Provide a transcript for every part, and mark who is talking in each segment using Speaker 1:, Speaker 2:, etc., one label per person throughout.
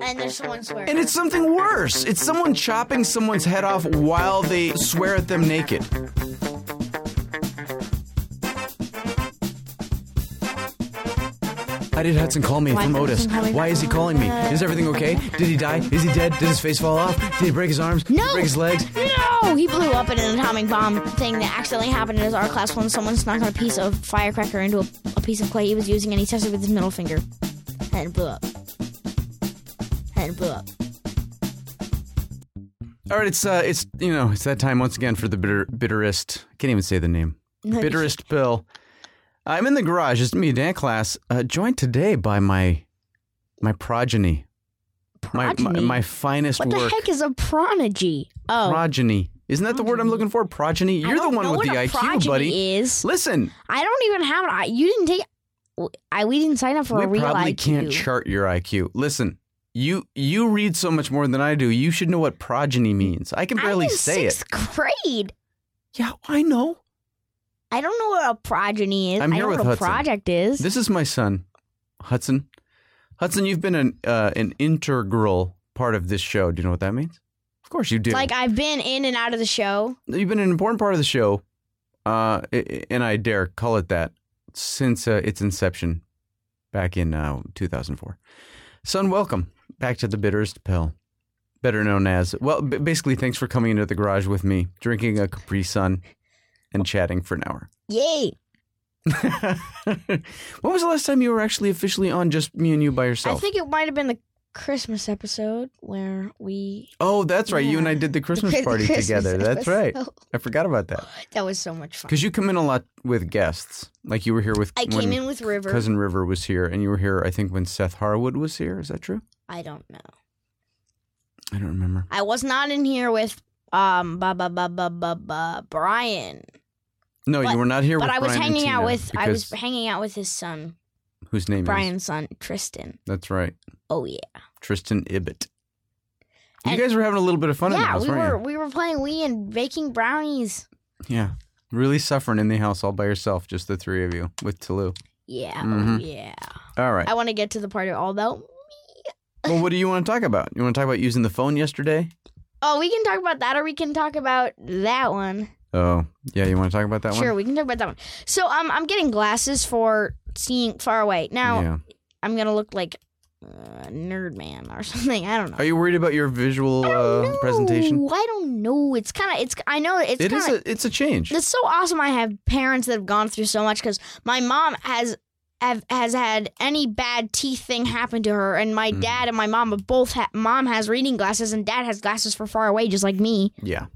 Speaker 1: and there's someone swearing.
Speaker 2: And it's something worse. It's someone chopping someone's head off while they swear at them naked. Why did Hudson call me
Speaker 1: Why
Speaker 2: from
Speaker 1: did
Speaker 2: Otis?
Speaker 1: Hudson call me
Speaker 2: Why
Speaker 1: from
Speaker 2: is he calling me?
Speaker 1: Otis?
Speaker 2: Is everything okay? Did he die? Is he dead? Did his face fall off? Did he break his arms? Did he
Speaker 1: No.
Speaker 2: break his legs?
Speaker 1: No, he blew up in an atomic bomb thing that accidentally happened in his art class when someone snuck a piece of firecracker into a, a piece of clay he was using, and he tested with his middle finger, and it blew up. And it blew up.
Speaker 2: All right, it's uh, it's you know, it's that time once again for the bitter, bitterest. I can't even say the name. Bitterest pill. I'm in the garage. It's me, Dan class. Uh, joined today by my my progeny, My, my
Speaker 1: Progeny?
Speaker 2: my finest
Speaker 1: What
Speaker 2: work.
Speaker 1: the heck is a prodigy? Oh,
Speaker 2: progeny. Isn't that the word I'm looking for? Progeny.
Speaker 1: I
Speaker 2: You're the
Speaker 1: don't
Speaker 2: one
Speaker 1: know
Speaker 2: with
Speaker 1: what
Speaker 2: the
Speaker 1: a
Speaker 2: IQ,
Speaker 1: progeny
Speaker 2: buddy.
Speaker 1: Is
Speaker 2: Listen,
Speaker 1: I don't even have an I. You didn't take. I we didn't sign up for a
Speaker 2: we
Speaker 1: real
Speaker 2: probably
Speaker 1: IQ.
Speaker 2: can't chart your IQ. Listen, you you read so much more than I do. You should know what progeny means. I can barely
Speaker 1: I'm in
Speaker 2: say
Speaker 1: sixth grade.
Speaker 2: it. Yeah, I know.
Speaker 1: I don't know what a progeny is.
Speaker 2: I'm
Speaker 1: I
Speaker 2: here
Speaker 1: know
Speaker 2: with
Speaker 1: what a
Speaker 2: Hudson.
Speaker 1: project is.
Speaker 2: This is my son, Hudson. Hudson, you've been an uh, an integral part of this show. Do you know what that means? Of course you do.
Speaker 1: like I've been in and out of the show.
Speaker 2: you've been an important part of the show, uh, i- i- and I dare call it that, since uh, its inception back in uh, 2004. Son, welcome back to the Bitterest Pill, better known as, well, b- basically, thanks for coming into the garage with me, drinking a Capri Sun, and chatting for an hour.
Speaker 1: Yay!
Speaker 2: when was the last time you were actually officially on just me and you by yourself?
Speaker 1: I think it might have been the Christmas episode where we
Speaker 2: oh, that's right. You and I
Speaker 1: Yeah.
Speaker 2: did the
Speaker 1: the
Speaker 2: Christmas
Speaker 1: Chris-
Speaker 2: party
Speaker 1: Christmas
Speaker 2: together. That's right.
Speaker 1: episode.
Speaker 2: I forgot about that.
Speaker 1: That was so much fun.
Speaker 2: Because you come in a lot with guests. Like you were here with
Speaker 1: I came
Speaker 2: when
Speaker 1: in with River.
Speaker 2: cousin River was here, and you were here. I think when Seth Harwood was here. Is that true?
Speaker 1: I don't know.
Speaker 2: I don't remember.
Speaker 1: I was not in here with um ba ba ba ba ba ba Brian,
Speaker 2: No,
Speaker 1: But-
Speaker 2: you were not here.
Speaker 1: but
Speaker 2: with
Speaker 1: I was
Speaker 2: Brian and
Speaker 1: hanging out
Speaker 2: Tina
Speaker 1: with I was
Speaker 2: because-
Speaker 1: hanging out with his son,
Speaker 2: whose name is
Speaker 1: Brian's son, Tristan.
Speaker 2: that's right,
Speaker 1: Oh yeah,
Speaker 2: Tristan Ibbett. You
Speaker 1: And-
Speaker 2: guys were having a little bit of fun in the
Speaker 1: yeah.
Speaker 2: house,
Speaker 1: We
Speaker 2: weren't
Speaker 1: were we were playing Wii and baking brownies.
Speaker 2: you? Yeah, really suffering in the house all by yourself, just the three of you with Tulu.
Speaker 1: Yeah, oh,
Speaker 2: Mhm.
Speaker 1: yeah.
Speaker 2: All right.
Speaker 1: I want to get to the part of although.
Speaker 2: well, what do you want to talk about? You want to talk about using the phone yesterday?
Speaker 1: Oh, we can talk about that, or we can talk about that one.
Speaker 2: Oh, yeah. You want to talk about that
Speaker 1: sure,
Speaker 2: one?
Speaker 1: we can talk about that one. So, um, I'm getting glasses for seeing far away. Now,
Speaker 2: yeah.
Speaker 1: I'm gonna look like uh, nerd man or something. I don't know.
Speaker 2: Are you worried about your visual uh, presentation?
Speaker 1: Ooh, I don't know. It's kind of. It's. I know. It's.
Speaker 2: It
Speaker 1: kinda,
Speaker 2: is a it's a change.
Speaker 1: It's so awesome. I have parents that have gone through so much because my mom has have, has had any bad teeth thing happen to her, and my
Speaker 2: Mhm.
Speaker 1: dad and my mom have both. Ha- mom has reading glasses, and dad has glasses for far away, just like me.
Speaker 2: Yeah.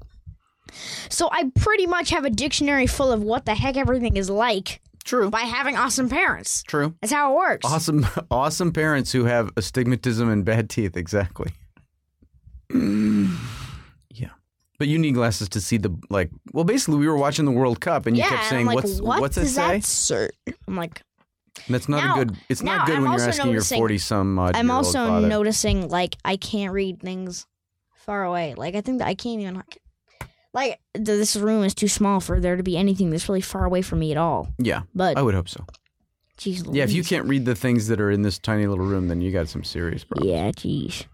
Speaker 1: So I pretty much have a dictionary full of what the heck everything is like
Speaker 2: True.
Speaker 1: by having awesome parents.
Speaker 2: True.
Speaker 1: That's how it works.
Speaker 2: Awesome, awesome parents who have astigmatism and bad teeth. Exactly.
Speaker 1: Mm.
Speaker 2: yeah, but you need glasses to see the like. Well, basically, we were watching the World Cup, and you
Speaker 1: yeah,
Speaker 2: kept
Speaker 1: and
Speaker 2: saying,
Speaker 1: I'm like,
Speaker 2: "What's
Speaker 1: what
Speaker 2: what's it
Speaker 1: does
Speaker 2: say?"
Speaker 1: that cert? I'm like,
Speaker 2: And That's not
Speaker 1: Now-
Speaker 2: a good. It's
Speaker 1: now
Speaker 2: not good
Speaker 1: I'm
Speaker 2: when you're
Speaker 1: also
Speaker 2: asking your
Speaker 1: noticing-
Speaker 2: forty some odd.
Speaker 1: I'm
Speaker 2: year old
Speaker 1: also
Speaker 2: father.
Speaker 1: noticing like I can't read things far away. Like I think that I can't even like, like th- this room is too small for there to be anything that's really far away from me at all.
Speaker 2: Yeah,
Speaker 1: But
Speaker 2: I would hope so.
Speaker 1: jeez,
Speaker 2: Oh, Yeah, if you
Speaker 1: Louise.
Speaker 2: can't read the things that are in this tiny little room, then you got some serious problems.
Speaker 1: yeah, jeez.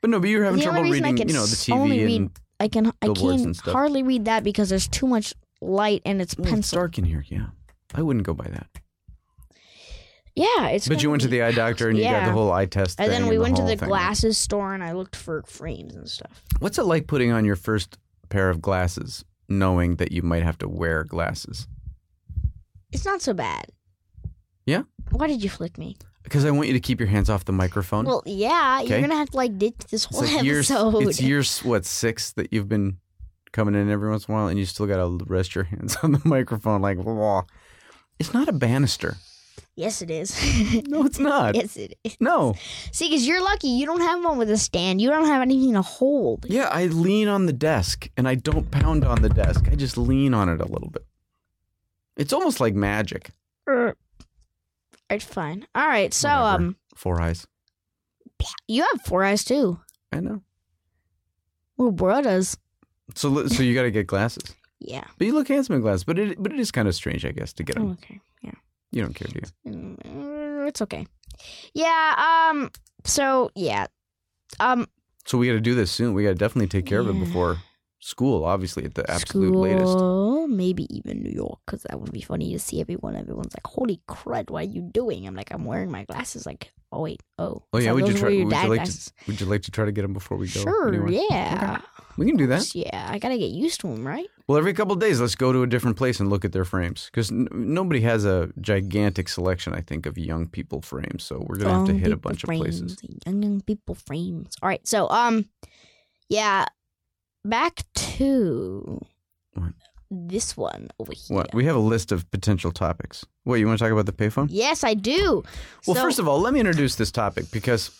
Speaker 2: But no, but you're having
Speaker 1: The only
Speaker 2: trouble
Speaker 1: reason I
Speaker 2: reading.
Speaker 1: can
Speaker 2: You know, the
Speaker 1: s- only
Speaker 2: TV
Speaker 1: read
Speaker 2: and
Speaker 1: I can I
Speaker 2: Billboards
Speaker 1: can
Speaker 2: and stuff.
Speaker 1: hardly read that because there's too much light and it's
Speaker 2: Well, it's
Speaker 1: pencil.
Speaker 2: dark in here. Yeah, I wouldn't go by that.
Speaker 1: Yeah, it's.
Speaker 2: But you
Speaker 1: gonna
Speaker 2: went to
Speaker 1: be-
Speaker 2: the eye doctor and you got
Speaker 1: Yeah.
Speaker 2: the whole eye test.
Speaker 1: And
Speaker 2: thing
Speaker 1: then we went to
Speaker 2: whole
Speaker 1: the
Speaker 2: thing.
Speaker 1: glasses store and I looked for frames and stuff.
Speaker 2: What's it like putting on your first pair of glasses, knowing that you might have to wear glasses?
Speaker 1: It's not so bad.
Speaker 2: Yeah?
Speaker 1: Why did you flick me?
Speaker 2: Because I want you to keep your hands off the microphone.
Speaker 1: Well, yeah,
Speaker 2: Okay.
Speaker 1: you're gonna have to like ditch this
Speaker 2: it's
Speaker 1: whole
Speaker 2: like year,
Speaker 1: episode.
Speaker 2: it's year s- what six that you've been coming in every once in a while, and you still got to rest your hands on the microphone. Like, wah. it's not a banister.
Speaker 1: yes, it is.
Speaker 2: No, it's not.
Speaker 1: yes, it is.
Speaker 2: no.
Speaker 1: See, because you're lucky. You don't have one with a stand. You don't have anything to hold.
Speaker 2: Yeah, I lean on the desk, and I don't pound on the desk. I just lean on it a little bit. It's almost like magic.
Speaker 1: Err. Uh, It's fine. All right. So,
Speaker 2: Whatever.
Speaker 1: um,
Speaker 2: Four eyes.
Speaker 1: you have four eyes too.
Speaker 2: I know.
Speaker 1: Well, bro does.
Speaker 2: So, li- so you got to get glasses.
Speaker 1: Yeah.
Speaker 2: But you look handsome in glasses. But it but it is kind of strange, I guess, to get
Speaker 1: Oh,
Speaker 2: them.
Speaker 1: okay. Yeah.
Speaker 2: You don't care, do you?
Speaker 1: Mm, It's okay. Yeah. Um. So yeah, Um,
Speaker 2: So we got to do this soon. We got to definitely take care of it
Speaker 1: Yeah.
Speaker 2: before school, obviously, at the absolute latest.
Speaker 1: school, maybe even New York, because that would be funny to see everyone. Everyone's like, "Holy crud, what are you doing?" I'm like, "I'm wearing my glasses." Like, oh wait, oh,
Speaker 2: Oh, yeah,
Speaker 1: so
Speaker 2: would you
Speaker 1: those
Speaker 2: try-
Speaker 1: were your
Speaker 2: would you
Speaker 1: dad
Speaker 2: like to
Speaker 1: glasses.
Speaker 2: Would you like to try to get them before we go?
Speaker 1: sure,
Speaker 2: anywhere?
Speaker 1: yeah,
Speaker 2: We can do that.
Speaker 1: yeah. I gotta get used to them, right?
Speaker 2: Well, every couple of days, let's go to a different place and look at their frames because n- nobody has a gigantic selection, I think, of young people frames. So we're gonna have to
Speaker 1: Young
Speaker 2: hit a
Speaker 1: people
Speaker 2: bunch of
Speaker 1: frames,
Speaker 2: places.
Speaker 1: Young young people frames. All right, so um, yeah, back to
Speaker 2: What?
Speaker 1: this one over here.
Speaker 2: What? We have a list of potential topics. What? You want to talk about the payphone?
Speaker 1: Yes, I do.
Speaker 2: Well,
Speaker 1: So-
Speaker 2: first of all, let me introduce this topic because,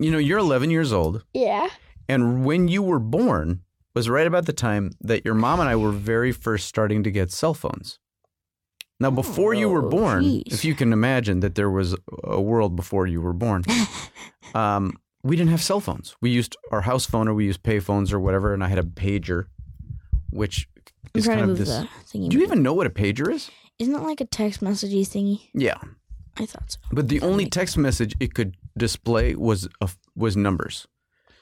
Speaker 2: you know, you're 11 years old,
Speaker 1: yeah,
Speaker 2: and when you were born was right about the time that your mom and I were very first starting to get cell phones. Now, before you were
Speaker 1: Oh,
Speaker 2: born,
Speaker 1: geez.
Speaker 2: if you can imagine that there was a world before you were born, um, we didn't have cell phones. We used our house phone or we used pay phones or whatever, and I had a pager, which
Speaker 1: I'm
Speaker 2: is
Speaker 1: trying
Speaker 2: kind
Speaker 1: to
Speaker 2: of
Speaker 1: move
Speaker 2: this.
Speaker 1: the thingy.
Speaker 2: Do you even know what a pager is?
Speaker 1: Isn't it like a text messagey thingy?
Speaker 2: Yeah.
Speaker 1: I thought so.
Speaker 2: But the
Speaker 1: Doesn't
Speaker 2: only
Speaker 1: make-
Speaker 2: text message it could display was a, was numbers.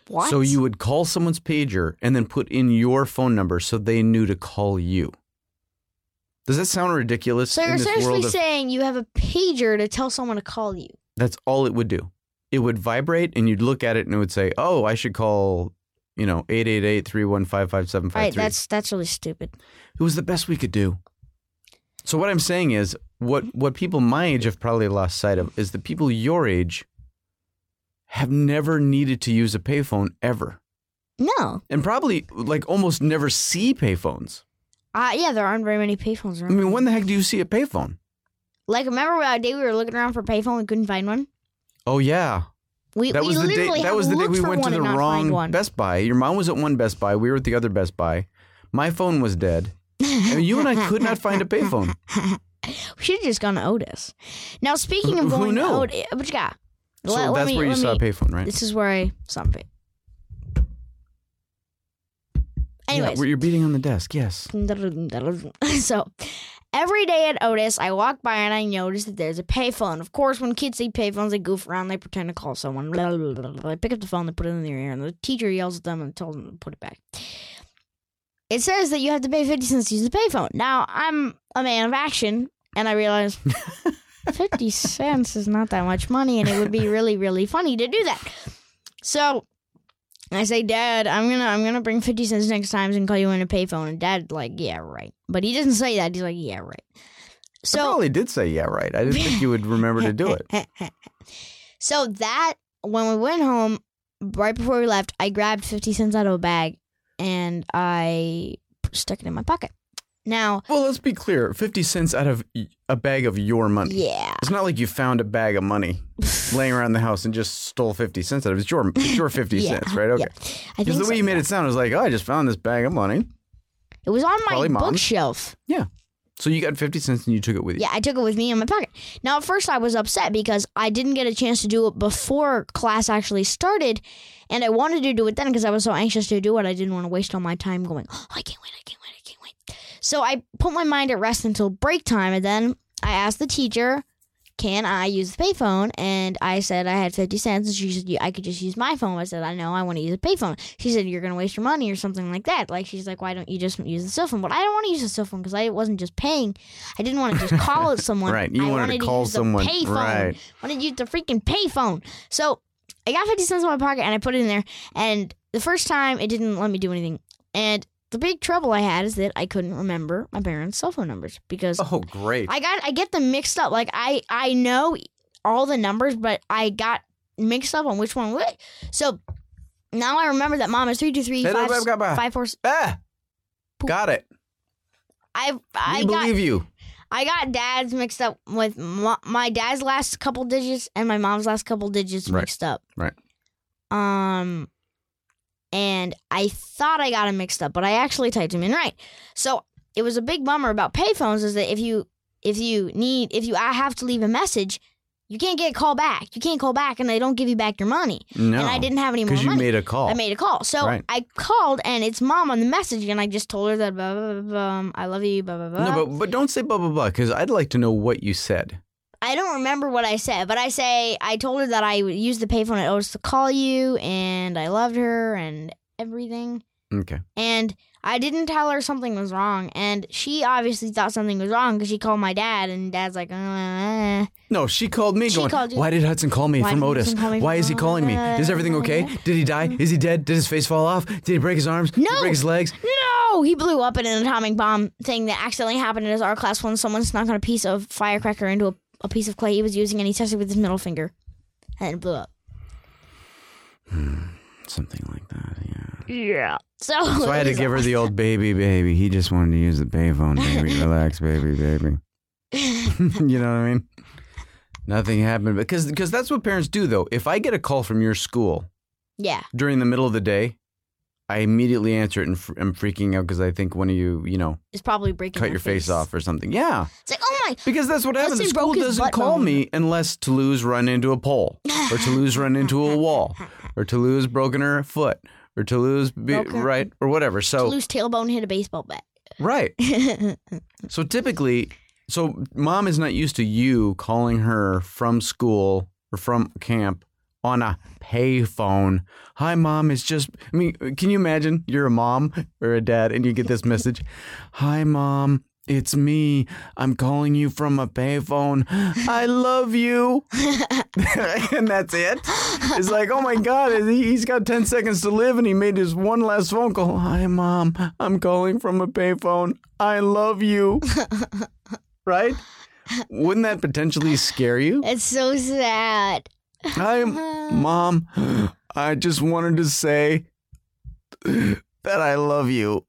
Speaker 1: What?
Speaker 2: So you would call someone's pager and then put in your phone number so they knew to call you. Does that sound ridiculous?
Speaker 1: So
Speaker 2: in
Speaker 1: you're
Speaker 2: this
Speaker 1: essentially
Speaker 2: world of-
Speaker 1: saying you have a pager to tell someone to call you.
Speaker 2: that's all it would do. It would vibrate and you'd look at it and it would say, "Oh, I should call, you know, 888-315-5753."
Speaker 1: All right, that's that's really stupid.
Speaker 2: it was the best we could do. So what I'm saying is what what people my age have probably lost sight of is the people your age have never needed to use a payphone ever.
Speaker 1: No,
Speaker 2: And probably like almost never see payphones.
Speaker 1: uh, yeah, there aren't very many payphones
Speaker 2: I
Speaker 1: around.
Speaker 2: mean, when the heck do you see a payphone?
Speaker 1: like remember that day we were looking around for a payphone, we couldn't find one.
Speaker 2: Oh yeah.
Speaker 1: We
Speaker 2: That
Speaker 1: we
Speaker 2: was the day
Speaker 1: literally
Speaker 2: that
Speaker 1: have
Speaker 2: was the day
Speaker 1: looked
Speaker 2: we
Speaker 1: for
Speaker 2: went to
Speaker 1: one
Speaker 2: the
Speaker 1: and not find
Speaker 2: wrong
Speaker 1: one.
Speaker 2: Best Buy. Your mom was at one Best Buy, we were at the other Best Buy. My phone was dead. And you and I could not find a payphone.
Speaker 1: We should have just gone to Otis. Now speaking
Speaker 2: Who-
Speaker 1: of
Speaker 2: who
Speaker 1: going to
Speaker 2: knew?
Speaker 1: Otis, what you got?
Speaker 2: So
Speaker 1: Let- let
Speaker 2: that's
Speaker 1: me-
Speaker 2: where you
Speaker 1: let
Speaker 2: saw
Speaker 1: me-
Speaker 2: a payphone, right?
Speaker 1: This is where I saw it.
Speaker 2: Yeah,
Speaker 1: Anyways,
Speaker 2: where you're beating on the desk. Yes.
Speaker 1: so every day at Otis, I walk by and I notice that there's a payphone. Of course, when kids see payphones, they goof around, they pretend to call someone. Blah, blah, blah, blah, blah. They pick up the phone, they put it in their ear, and the teacher yells at them and tells them to put it back. It says that you have to pay 50 cents to use the payphone. Now, I'm a man of action, and I realize 50 cents is not that much money, and it would be really, really funny to do that. So I say, Dad, I'm gonna I'm gonna bring fifty cents next time and call you on a payphone. And Dad like, yeah, right. But he doesn't say that. He's like, yeah, right.
Speaker 2: I
Speaker 1: So
Speaker 2: probably did say yeah, right. I didn't think you would remember to do it.
Speaker 1: so that when we went home, right before we left, I grabbed fifty cents out of a bag and I stuck it in my pocket. Now,
Speaker 2: Well, let's be clear. 50 cents out of y- a bag of your money.
Speaker 1: yeah,
Speaker 2: It's not like you found a bag of money laying around the house and just stole 50 cents out of it. It's your, it's your 50
Speaker 1: Yeah,
Speaker 2: cents, right? Okay.
Speaker 1: yeah. I
Speaker 2: Because
Speaker 1: think
Speaker 2: the way
Speaker 1: so.
Speaker 2: you made it sound was like, oh, I just found this bag of money.
Speaker 1: it was on my
Speaker 2: Probably Mom's.
Speaker 1: bookshelf.
Speaker 2: So you got 50 cents and you took it with you.
Speaker 1: Yeah, I took it with me in my pocket. Now, at first, I was upset because I didn't get a chance to do it before class actually started, and I wanted to do it then because I was so anxious to do it. I didn't want to waste all my time going, oh, I can't wait, I can't wait, I can't wait. So I put my mind at rest until break time, and then I asked the teacher, can I use the payphone? And I said I had 50 cents, and she said, "You- I could just use my phone. I said, I know, I want to use a payphone. She said, You're going to waste your money or something like that. Like, she's like, Why don't you just use the cell phone? But I don't want to use the cell phone because I wasn't just paying. I didn't want to just call someone.
Speaker 2: Right. You
Speaker 1: I
Speaker 2: wanted to call
Speaker 1: use the
Speaker 2: someone.
Speaker 1: Payphone.
Speaker 2: Right.
Speaker 1: wanted to use the freaking payphone. So I got 50 cents in my pocket and I put it in there. And the first time, it didn't let me do anything. And the big trouble I had is that I couldn't remember my parents' cell phone numbers because
Speaker 2: Oh, great.
Speaker 1: I got I get them mixed up. Like I I know all the numbers, but I got mixed up on which one what. So now I remember that mom is three two three
Speaker 2: Hey,
Speaker 1: five
Speaker 2: blah, blah, blah.
Speaker 1: five four. s-
Speaker 2: ah,
Speaker 1: Poop.
Speaker 2: got it.
Speaker 1: I
Speaker 2: We
Speaker 1: I got
Speaker 2: believe you.
Speaker 1: I got dad's mixed up with my, my dad's last couple digits and my mom's last couple digits
Speaker 2: Right.
Speaker 1: mixed up.
Speaker 2: Right.
Speaker 1: Um, and I thought I got them mixed up, but I actually typed them in right. So it was a big bummer about payphones is that if you if you need if you I have to leave a message, you can't get a call back. You can't call back, and they don't give you back your money.
Speaker 2: No.
Speaker 1: And I didn't have any more
Speaker 2: Because you
Speaker 1: money.
Speaker 2: made a call.
Speaker 1: I made a call. So
Speaker 2: Right.
Speaker 1: I called, and it's mom on the message, and I just told her that blah, blah, blah, blah, um, I love you, blah, blah, blah.
Speaker 2: no, but, but don't say blah, blah, blah, because I'd like to know what you said.
Speaker 1: I don't remember what I said, but I say I told her that I would use the payphone at Otis to call you, and I loved her and everything.
Speaker 2: Okay.
Speaker 1: And I didn't tell her something was wrong, and she obviously thought something was wrong because she called my dad, and dad's like, uh,
Speaker 2: No, she called me
Speaker 1: She
Speaker 2: going,
Speaker 1: called you.
Speaker 2: Why did Hudson call me
Speaker 1: Why
Speaker 2: from
Speaker 1: did
Speaker 2: Otis?
Speaker 1: Hudson call me
Speaker 2: Why
Speaker 1: from-
Speaker 2: is he calling me? Is everything okay? Did he die? Is he dead? Did his face fall off? Did he break his arms? Did he
Speaker 1: No!
Speaker 2: break his legs?
Speaker 1: no, he blew up in an atomic bomb thing that accidentally happened in his art class when someone snuck on a piece of firecracker into a, a piece of clay he was using, and he tested with his middle finger, and it blew up.
Speaker 2: Something like that, yeah.
Speaker 1: Yeah. So,
Speaker 2: So I had to give her the old baby, baby. He just wanted to use the payphone, baby. Relax, baby, baby. you know what I mean? Nothing happened because because that's what parents do though. If I get a call from your school
Speaker 1: yeah.
Speaker 2: during the middle of the day, I immediately answer it and fr- I'm freaking out because I think one of you, you know,
Speaker 1: It's probably breaking
Speaker 2: cut your face off or something. Yeah.
Speaker 1: It's like, oh my,
Speaker 2: Because that's what happens. The
Speaker 1: Hudson
Speaker 2: school
Speaker 1: broke his
Speaker 2: doesn't
Speaker 1: butt
Speaker 2: call
Speaker 1: bone.
Speaker 2: me unless Toulouse run into a pole, or Toulouse run into a wall, or Toulouse broken her foot, or Toulouse be,
Speaker 1: Broken-
Speaker 2: right or whatever. So
Speaker 1: loose tailbone hit a baseball bat.
Speaker 2: right. So typically, so mom is not used to you calling her from school or from camp on a payphone. Hi, mom. It's just. I mean, can you imagine? You're a mom or a dad, and you get this message. Hi, mom. It's me. I'm calling you from a payphone. I love you. and that's it. It's like, oh my God, he- he's got 10 seconds to live and he made his one last phone call. Hi, mom. I'm calling from a payphone. I love you. right? Wouldn't that potentially scare you?
Speaker 1: it's so sad.
Speaker 2: Hi, mom. I just wanted to say that I love you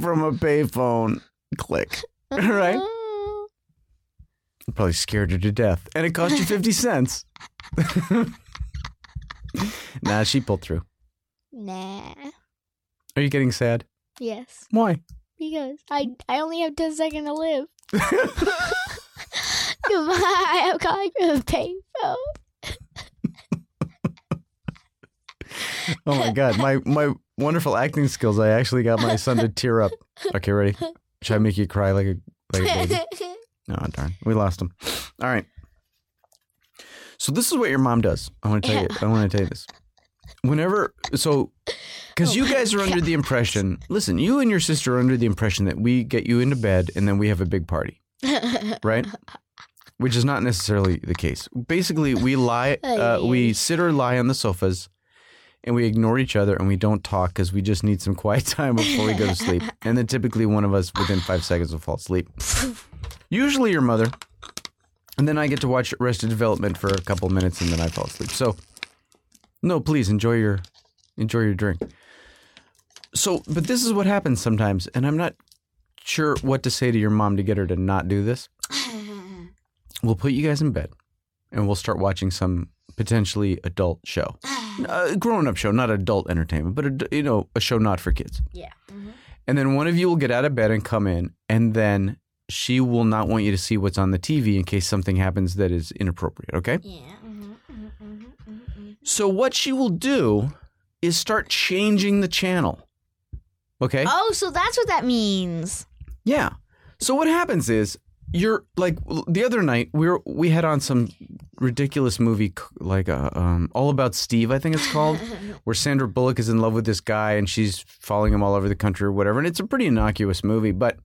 Speaker 2: from a payphone. Click. Right? It probably scared her to death. And it cost you 50 cents. nah, she pulled through.
Speaker 1: Nah.
Speaker 2: Are you getting sad?
Speaker 1: Yes.
Speaker 2: Why?
Speaker 1: Because I I only have ten seconds to live. Goodbye. I'm calling from a payphone.
Speaker 2: Oh my god, my my wonderful acting skills. I actually got my son to tear up. Okay, ready? Should I make you cry like a like a baby? No, Oh, darn. We lost him. All right. So this is what your mom does. I want to tell you. I want to tell you this. Whenever so cuz
Speaker 1: Oh
Speaker 2: you
Speaker 1: my
Speaker 2: guys are under the impression, listen, you and your sister are under the impression that we get you into bed and then we have a big party, right? Which is not necessarily the case. Basically, we lie uh, we sit or lie on the sofas and we ignore each other and we don't talk because we just need some quiet time before we go to sleep. And then typically one of us within five seconds will fall asleep. Usually your mother. And then I get to watch Arrested Development for a couple minutes and then I fall asleep. So no, please enjoy your enjoy your drink. So but this is what happens sometimes, and I'm not sure what to say to your mom to get her to not do this. We'll put you guys in bed and we'll start watching some potentially adult show a grown-up show, not adult entertainment, but a, you know, a show not for kids.
Speaker 1: yeah.
Speaker 2: And then one of you will get out of bed and come in, and then she will not want you to see what's on the TV in case something happens that is inappropriate. Okay.
Speaker 1: Yeah. mm-hmm,
Speaker 2: So what she will do is start changing the channel. Okay.
Speaker 1: Oh, so that's what that means.
Speaker 2: Yeah. So what happens is you're like l- the other night we were, we had on some ridiculous movie c- like uh, um, all about Steve I think it's called where Sandra Bullock is in love with this guy and she's following him all over the country or whatever and it's a pretty innocuous movie but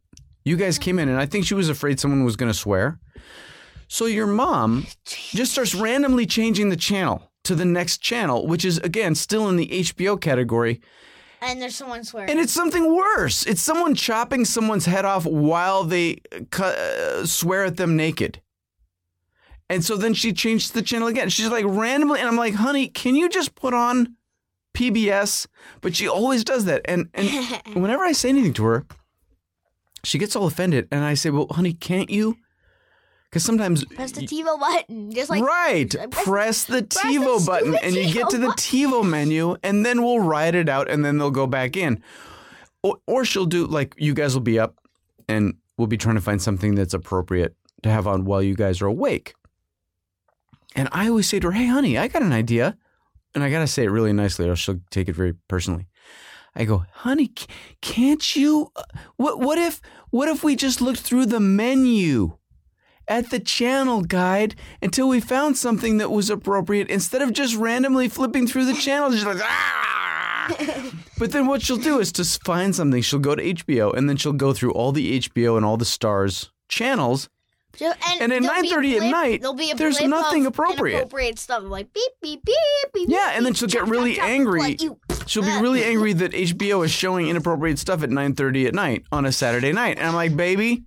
Speaker 2: you guys came in and I think she was afraid someone was going to swear so your mom just starts randomly changing the channel to the next channel which is again still in the HBO category
Speaker 1: And there's someone swearing.
Speaker 2: and it's something worse. It's someone chopping someone's head off while they cu- uh, swear at them naked. And so then she changed the channel again. She's like randomly, and I'm like, honey, can you just put on PBS? But she always does that. And and whenever I say anything to her, she gets all offended. And I say, well, honey, can't you? Because sometimes
Speaker 1: Press the TiVo button, just like
Speaker 2: right.
Speaker 1: I press-
Speaker 2: Press the
Speaker 1: the
Speaker 2: TiVo button
Speaker 1: stupid
Speaker 2: and you get to the TiVo menu and then we'll ride it out and then they'll go back in. Or, or she'll do like you guys will be up and we'll be trying to find something that's appropriate to have on while you guys are awake. And I always say to her, hey, honey, I got an idea. And I got to say it really nicely or she'll take it very personally. I go, honey, c- uh, can't you? What, what if, what if we just looked through the menu? at the channel guide until we found something that was appropriate instead of just randomly flipping through the channels. She's like, ah! but then what she'll do is to s- find something. She'll go to HBO and then she'll go through all the HBO and all the stars channels.
Speaker 1: Ju- And,
Speaker 2: And at
Speaker 1: there'll be
Speaker 2: 9:30 at
Speaker 1: blip-
Speaker 2: night,
Speaker 1: there'll be a
Speaker 2: there's
Speaker 1: blip
Speaker 2: nothing
Speaker 1: of
Speaker 2: appropriate.
Speaker 1: Inappropriate stuff like beep beep beep beep.
Speaker 2: Yeah,
Speaker 1: beep,
Speaker 2: and then
Speaker 1: beep,
Speaker 2: she'll get
Speaker 1: chop,
Speaker 2: really
Speaker 1: chop, chop,
Speaker 2: angry.
Speaker 1: like you.
Speaker 2: She'll be really angry that HBO is showing inappropriate stuff at 9:30 at night on a Saturday night. And I'm like, "Baby,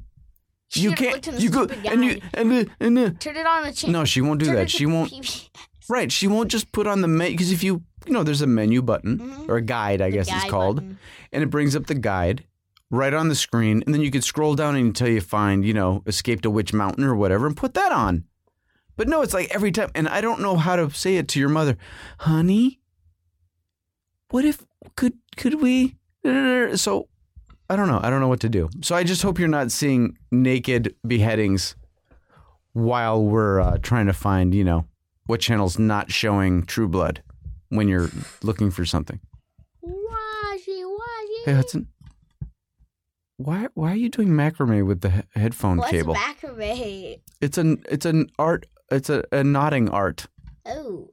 Speaker 1: She
Speaker 2: you
Speaker 1: should've
Speaker 2: can't
Speaker 1: looked in the
Speaker 2: you go
Speaker 1: stupid
Speaker 2: and you
Speaker 1: guide.
Speaker 2: and, uh, and uh,
Speaker 1: turn it on the channel.
Speaker 2: No, she won't do
Speaker 1: Turn
Speaker 2: that.
Speaker 1: it to
Speaker 2: She won't
Speaker 1: PBS.
Speaker 2: Right. She won't just put on the menu because if you, you know, there's a menu button
Speaker 1: Mhm.
Speaker 2: or a guide, I
Speaker 1: The
Speaker 2: guess it's
Speaker 1: guide
Speaker 2: called,
Speaker 1: button.
Speaker 2: and it brings up the guide right on the screen, and then you can scroll down until you find, you know, Escape to Witch Mountain or whatever, and put that on. But no, it's like every time, and I don't know how to say it to your mother, honey. What if could could we? So I don't know. I don't know what to do. So I just hope you're not seeing naked beheadings while we're uh, trying to find, you know, what channel's not showing True Blood when you're looking for something.
Speaker 1: Washi, washi.
Speaker 2: Hey Hudson, why why are you doing macrame with the he- headphone
Speaker 1: What's
Speaker 2: cable?
Speaker 1: macrame?
Speaker 2: it's an it's an art. It's a, a nodding art.
Speaker 1: Oh,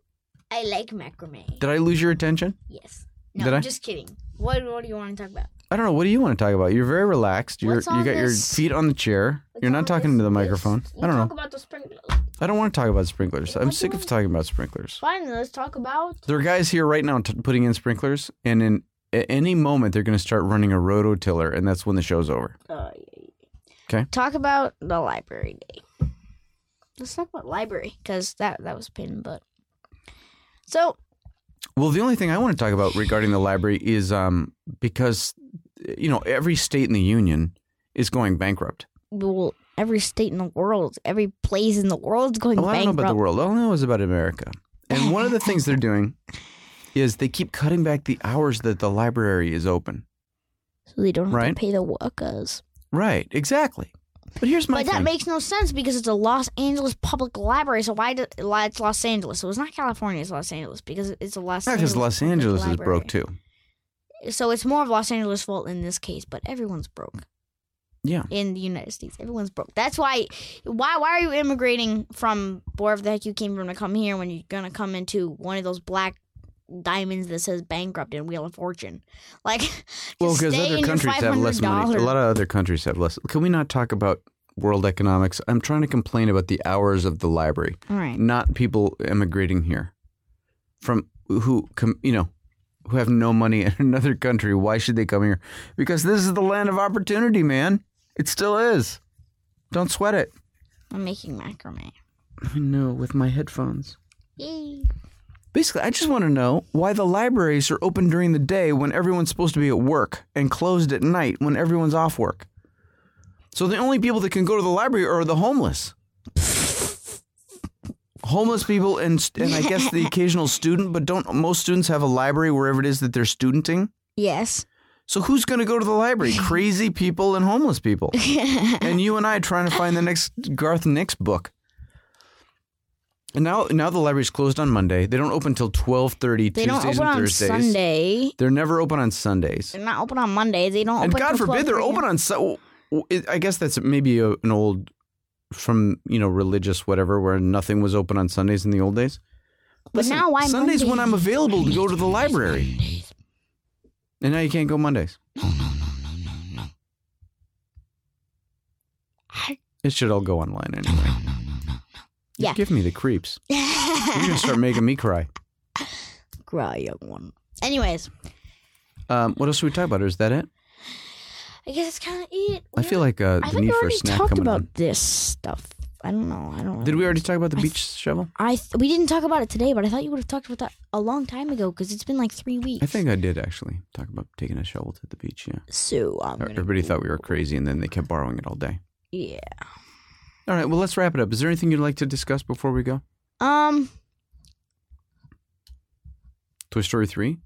Speaker 1: I like macrame.
Speaker 2: Did I lose your attention?
Speaker 1: yes. No,
Speaker 2: Did I?
Speaker 1: just kidding. What What do you want to talk about?
Speaker 2: I don't know. What do you want to talk about? You're very relaxed. You're
Speaker 1: What's
Speaker 2: you
Speaker 1: on
Speaker 2: got your
Speaker 1: this?
Speaker 2: feet on the chair.
Speaker 1: What's
Speaker 2: You're
Speaker 1: on
Speaker 2: not talking
Speaker 1: this
Speaker 2: to the
Speaker 1: list?
Speaker 2: microphone.
Speaker 1: You
Speaker 2: I don't
Speaker 1: talk
Speaker 2: know.
Speaker 1: about the sprinklers.
Speaker 2: I don't want to talk about sprinklers.
Speaker 1: What
Speaker 2: I'm
Speaker 1: do you
Speaker 2: sick of
Speaker 1: want-
Speaker 2: talking about sprinklers.
Speaker 1: Fine, let's talk about
Speaker 2: There are guys here right now t- putting in sprinklers, and in at any moment they're going to start running a rototiller, and that's when the show's over.
Speaker 1: Uh, yeah, yeah, yeah.
Speaker 2: 'Kay.
Speaker 1: Talk about the library day. Let's talk about library because that that was a pain in the butt. So
Speaker 2: Well, the only thing I want to talk about regarding the library is um, because you know every state in the union is going bankrupt.
Speaker 1: well, every state in the world, every place in the world is going
Speaker 2: Well, Oh, I don't know
Speaker 1: bankrupt.
Speaker 2: about the world. All I know is about America. And one of the things they're doing is they keep cutting back the hours that the library is open.
Speaker 1: so they don't have to
Speaker 2: right?
Speaker 1: pay the workers.
Speaker 2: Right. Exactly. But here's my
Speaker 1: But that
Speaker 2: thing.
Speaker 1: makes no sense because it's a Los Angeles public library. So why do, why it's Los Angeles? So it's not California. It's Los Angeles because it's a Los.
Speaker 2: yeah,
Speaker 1: Angeles
Speaker 2: because Los
Speaker 1: public
Speaker 2: Angeles is
Speaker 1: library.
Speaker 2: broke too.
Speaker 1: So it's more of Los Angeles' fault in this case, but everyone's broke.
Speaker 2: Yeah.
Speaker 1: In the United States, everyone's broke. That's why, why, why are you immigrating from wherever the heck you came from to come here when you're gonna come into one of those black diamonds that says bankrupt and Wheel of Fortune? Like,
Speaker 2: Well,
Speaker 1: just
Speaker 2: because
Speaker 1: stay in
Speaker 2: other
Speaker 1: your
Speaker 2: countries have less money. A
Speaker 1: $500.
Speaker 2: lot of other countries have less. Can we not talk about world economics? I'm trying to complain about the hours of the library.
Speaker 1: All right.
Speaker 2: not people immigrating here from who com, you know who have no money in another country why should they come here because this is the land of opportunity man it still is don't sweat it
Speaker 1: I'm making macrame.
Speaker 2: i know with my headphones
Speaker 1: Yay!
Speaker 2: basically i just want to know why the libraries are open during the day when everyone's supposed to be at work and closed at night when everyone's off work so the only people that can go to the library are the homeless homeless people and and i guess the occasional student but don't most students have a library wherever it is that they're studenting
Speaker 1: Yes.
Speaker 2: so who's going to go to the library crazy people and homeless people and you and I trying to find the next Garth Nix book. And now, now the library's closed on Monday. They don't open till twelve thirty
Speaker 1: they
Speaker 2: Tuesdays
Speaker 1: don't open
Speaker 2: and
Speaker 1: on
Speaker 2: Thursdays.
Speaker 1: Sunday.
Speaker 2: They're never open on Sundays.
Speaker 1: They're not open on Monday. They don't.
Speaker 2: and
Speaker 1: open
Speaker 2: God
Speaker 1: till
Speaker 2: forbid they're
Speaker 1: 12
Speaker 2: open on. Su- I guess that's maybe a, an old, from you know religious whatever, where nothing was open on Sundays in the old days.
Speaker 1: But now why
Speaker 2: Sundays when
Speaker 1: Mondays?
Speaker 2: I'm available to go to the library, and now you can't go Mondays. It should all go online anyway. You
Speaker 1: Yeah.
Speaker 2: give me the creeps. You're gonna
Speaker 1: p.m.
Speaker 2: start making me cry.
Speaker 1: Cry, young one. Anyways,
Speaker 2: Um, what else should we talk about? Or is that it?
Speaker 1: I guess that's kind of it.
Speaker 2: I feel like uh,
Speaker 1: I
Speaker 2: the
Speaker 1: think
Speaker 2: need
Speaker 1: we
Speaker 2: for a
Speaker 1: already
Speaker 2: snack
Speaker 1: talked
Speaker 2: coming
Speaker 1: about
Speaker 2: on.
Speaker 1: this stuff. I don't know. I don't.
Speaker 2: Did we already talk about the
Speaker 1: I
Speaker 2: beach shovel?
Speaker 1: I th- we didn't talk about it today, but I thought you would have talked about that a long time ago because it's been like three weeks.
Speaker 2: I think I did actually talk about taking a shovel to the beach. Yeah,
Speaker 1: so. I'm gonna-
Speaker 2: everybody thought we were crazy, and then they kept borrowing it all day.
Speaker 1: yeah.
Speaker 2: All right, well, let's wrap it up. Is there anything you'd like to discuss before we go?
Speaker 1: Um.
Speaker 2: Toy Story three.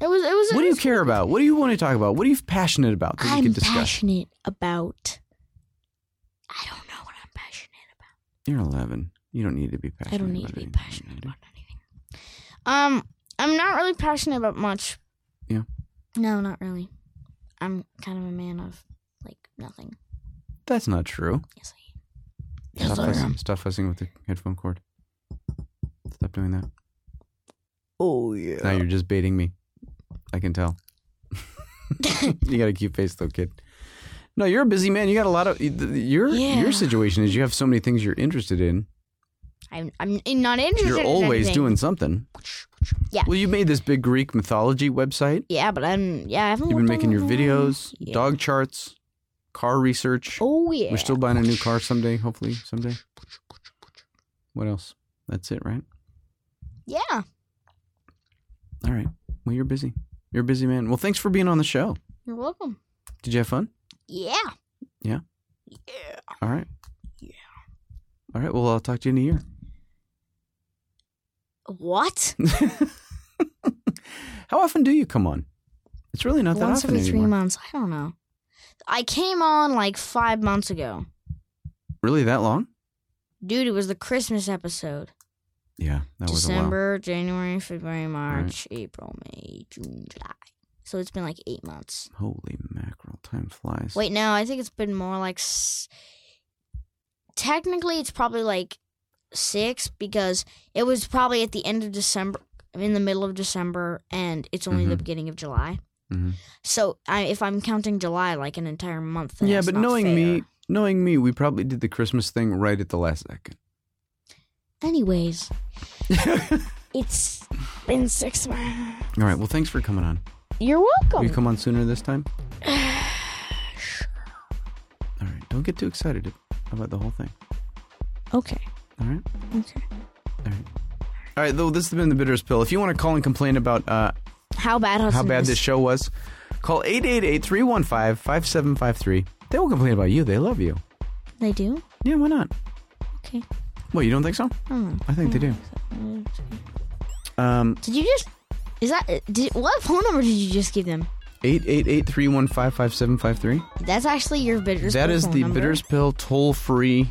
Speaker 1: It was. It was.
Speaker 2: What
Speaker 1: it
Speaker 2: do you
Speaker 1: was-
Speaker 2: care about? What do you want to talk about? What are you passionate about that you
Speaker 1: I'm
Speaker 2: can discuss?
Speaker 1: passionate about. I don't know what I'm passionate.
Speaker 2: You're eleven. You don't need to be passionate.
Speaker 1: I don't need
Speaker 2: about
Speaker 1: to be
Speaker 2: anything.
Speaker 1: passionate about anything. Um, I'm not really passionate about much.
Speaker 2: Yeah.
Speaker 1: No, not really. I'm kind of a man of like nothing.
Speaker 2: That's not true.
Speaker 1: Yes, I am. Yes,
Speaker 2: stop,
Speaker 1: I am.
Speaker 2: fussing, stop fussing with the headphone cord. Stop doing that.
Speaker 1: Oh
Speaker 2: Now
Speaker 1: yeah.
Speaker 2: you're just baiting me. I can tell. you got a cute face though, kid. No, you're a busy man. You got a lot of your
Speaker 1: Yeah.
Speaker 2: your situation is you have so many things you're interested in.
Speaker 1: I'm, I'm not interested.
Speaker 2: You're
Speaker 1: in
Speaker 2: always
Speaker 1: anything.
Speaker 2: doing something.
Speaker 1: Yeah.
Speaker 2: Well, you made this big Greek mythology website.
Speaker 1: Yeah, but I'm. Yeah, I haven't.
Speaker 2: You've been
Speaker 1: worked on
Speaker 2: making your
Speaker 1: it in a while.
Speaker 2: videos,
Speaker 1: Oh, Yeah.
Speaker 2: dog charts, car research.
Speaker 1: Oh yeah.
Speaker 2: We're still buying a new car someday, hopefully someday. What else? That's it, right?
Speaker 1: Yeah.
Speaker 2: All right. Well, you're busy. You're a busy man. Well, thanks for being on the show.
Speaker 1: You're welcome.
Speaker 2: Did you have fun?
Speaker 1: Yeah.
Speaker 2: Yeah.
Speaker 1: Yeah.
Speaker 2: All right.
Speaker 1: Yeah.
Speaker 2: All right. Well, I'll talk to you in a year.
Speaker 1: What?
Speaker 2: How often do you come on? It's really not that
Speaker 1: Once
Speaker 2: often
Speaker 1: every three
Speaker 2: anymore.
Speaker 1: months. I don't know. I came on like five months ago.
Speaker 2: Really that long?
Speaker 1: Dude, it was the Christmas episode.
Speaker 2: Yeah, that was
Speaker 1: December, January, February, March, April, May, June, July. So it's been like eight months.
Speaker 2: a while. Holy mackerel! Time flies.
Speaker 1: Wait, no, I think it's been more like. S- Technically, it's probably like six because it was probably at the end of December, in the middle of December, and it's only the
Speaker 2: Mhm.
Speaker 1: beginning of July.
Speaker 2: Mhm.
Speaker 1: So I, if I'm counting July like an entire month, then
Speaker 2: Yeah,
Speaker 1: it's
Speaker 2: but
Speaker 1: not
Speaker 2: knowing
Speaker 1: fair.
Speaker 2: me, knowing me, we probably did the Christmas thing right at the last
Speaker 1: Anyways,
Speaker 2: second.
Speaker 1: it's been six months.
Speaker 2: All right. Well, thanks for coming on.
Speaker 1: You're
Speaker 2: Will
Speaker 1: welcome.
Speaker 2: you come on sooner this time? All right. Don't get too excited about the whole thing.
Speaker 1: okay.
Speaker 2: All right.
Speaker 1: Okay.
Speaker 2: All right. Though this has been the bitterest pill. If you want to call and complain about uh,
Speaker 1: How bad?
Speaker 2: how
Speaker 1: Hudson
Speaker 2: bad
Speaker 1: is-
Speaker 2: this show was, call 888 315 5753. They won't complain about you. They love you.
Speaker 1: They do.
Speaker 2: Yeah, why not?
Speaker 1: Okay.
Speaker 2: Well, you don't think so?
Speaker 1: I don't know.
Speaker 2: I think they do.
Speaker 1: Hmm.
Speaker 2: Um,
Speaker 1: Did you just? Is that? Did, what phone number did you just give them?
Speaker 2: 888 315 5753.
Speaker 1: That's actually your bitters.
Speaker 2: That
Speaker 1: Pill
Speaker 2: is
Speaker 1: phone
Speaker 2: the
Speaker 1: number.
Speaker 2: Bitters Pill toll free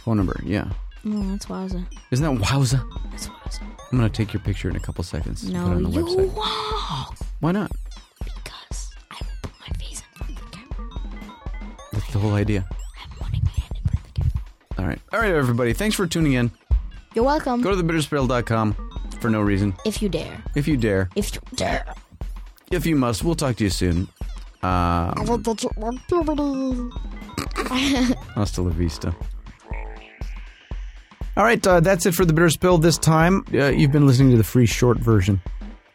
Speaker 2: phone number. Yeah.
Speaker 1: Oh, that's wowza.
Speaker 2: Isn't that wowza?
Speaker 1: That's wowza.
Speaker 2: I'm going to take your picture in a couple seconds. and put
Speaker 1: No,
Speaker 2: it on the
Speaker 1: you
Speaker 2: website.
Speaker 1: wow.
Speaker 2: Why not?
Speaker 1: Because I will put my face in front of the camera.
Speaker 2: That's the whole idea.
Speaker 1: I'm wanting my hand in front of the camera.
Speaker 2: All right. All right, everybody. Things for tuning in.
Speaker 1: You're welcome.
Speaker 2: Go to thebitterspill.com for no reason.
Speaker 1: If you dare.
Speaker 2: If you dare,
Speaker 1: If you dare.
Speaker 2: if you must, we'll talk to you soon. Uh,
Speaker 1: I will get you.
Speaker 2: Hasta la vista. All right, uh, that's it for the bitter spill this time. Uh, you've been listening to the free short version.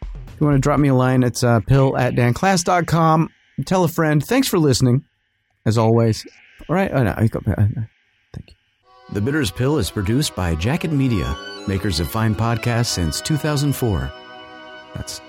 Speaker 2: If you want to drop me a line, it's uh, pill at danclass.com. Tell a friend. Thanks for listening, as always. All right. Oh, no, I go- I- I- thank you. The Bitters Pill is produced by Jacket Media, makers of fine podcasts since 2004. That's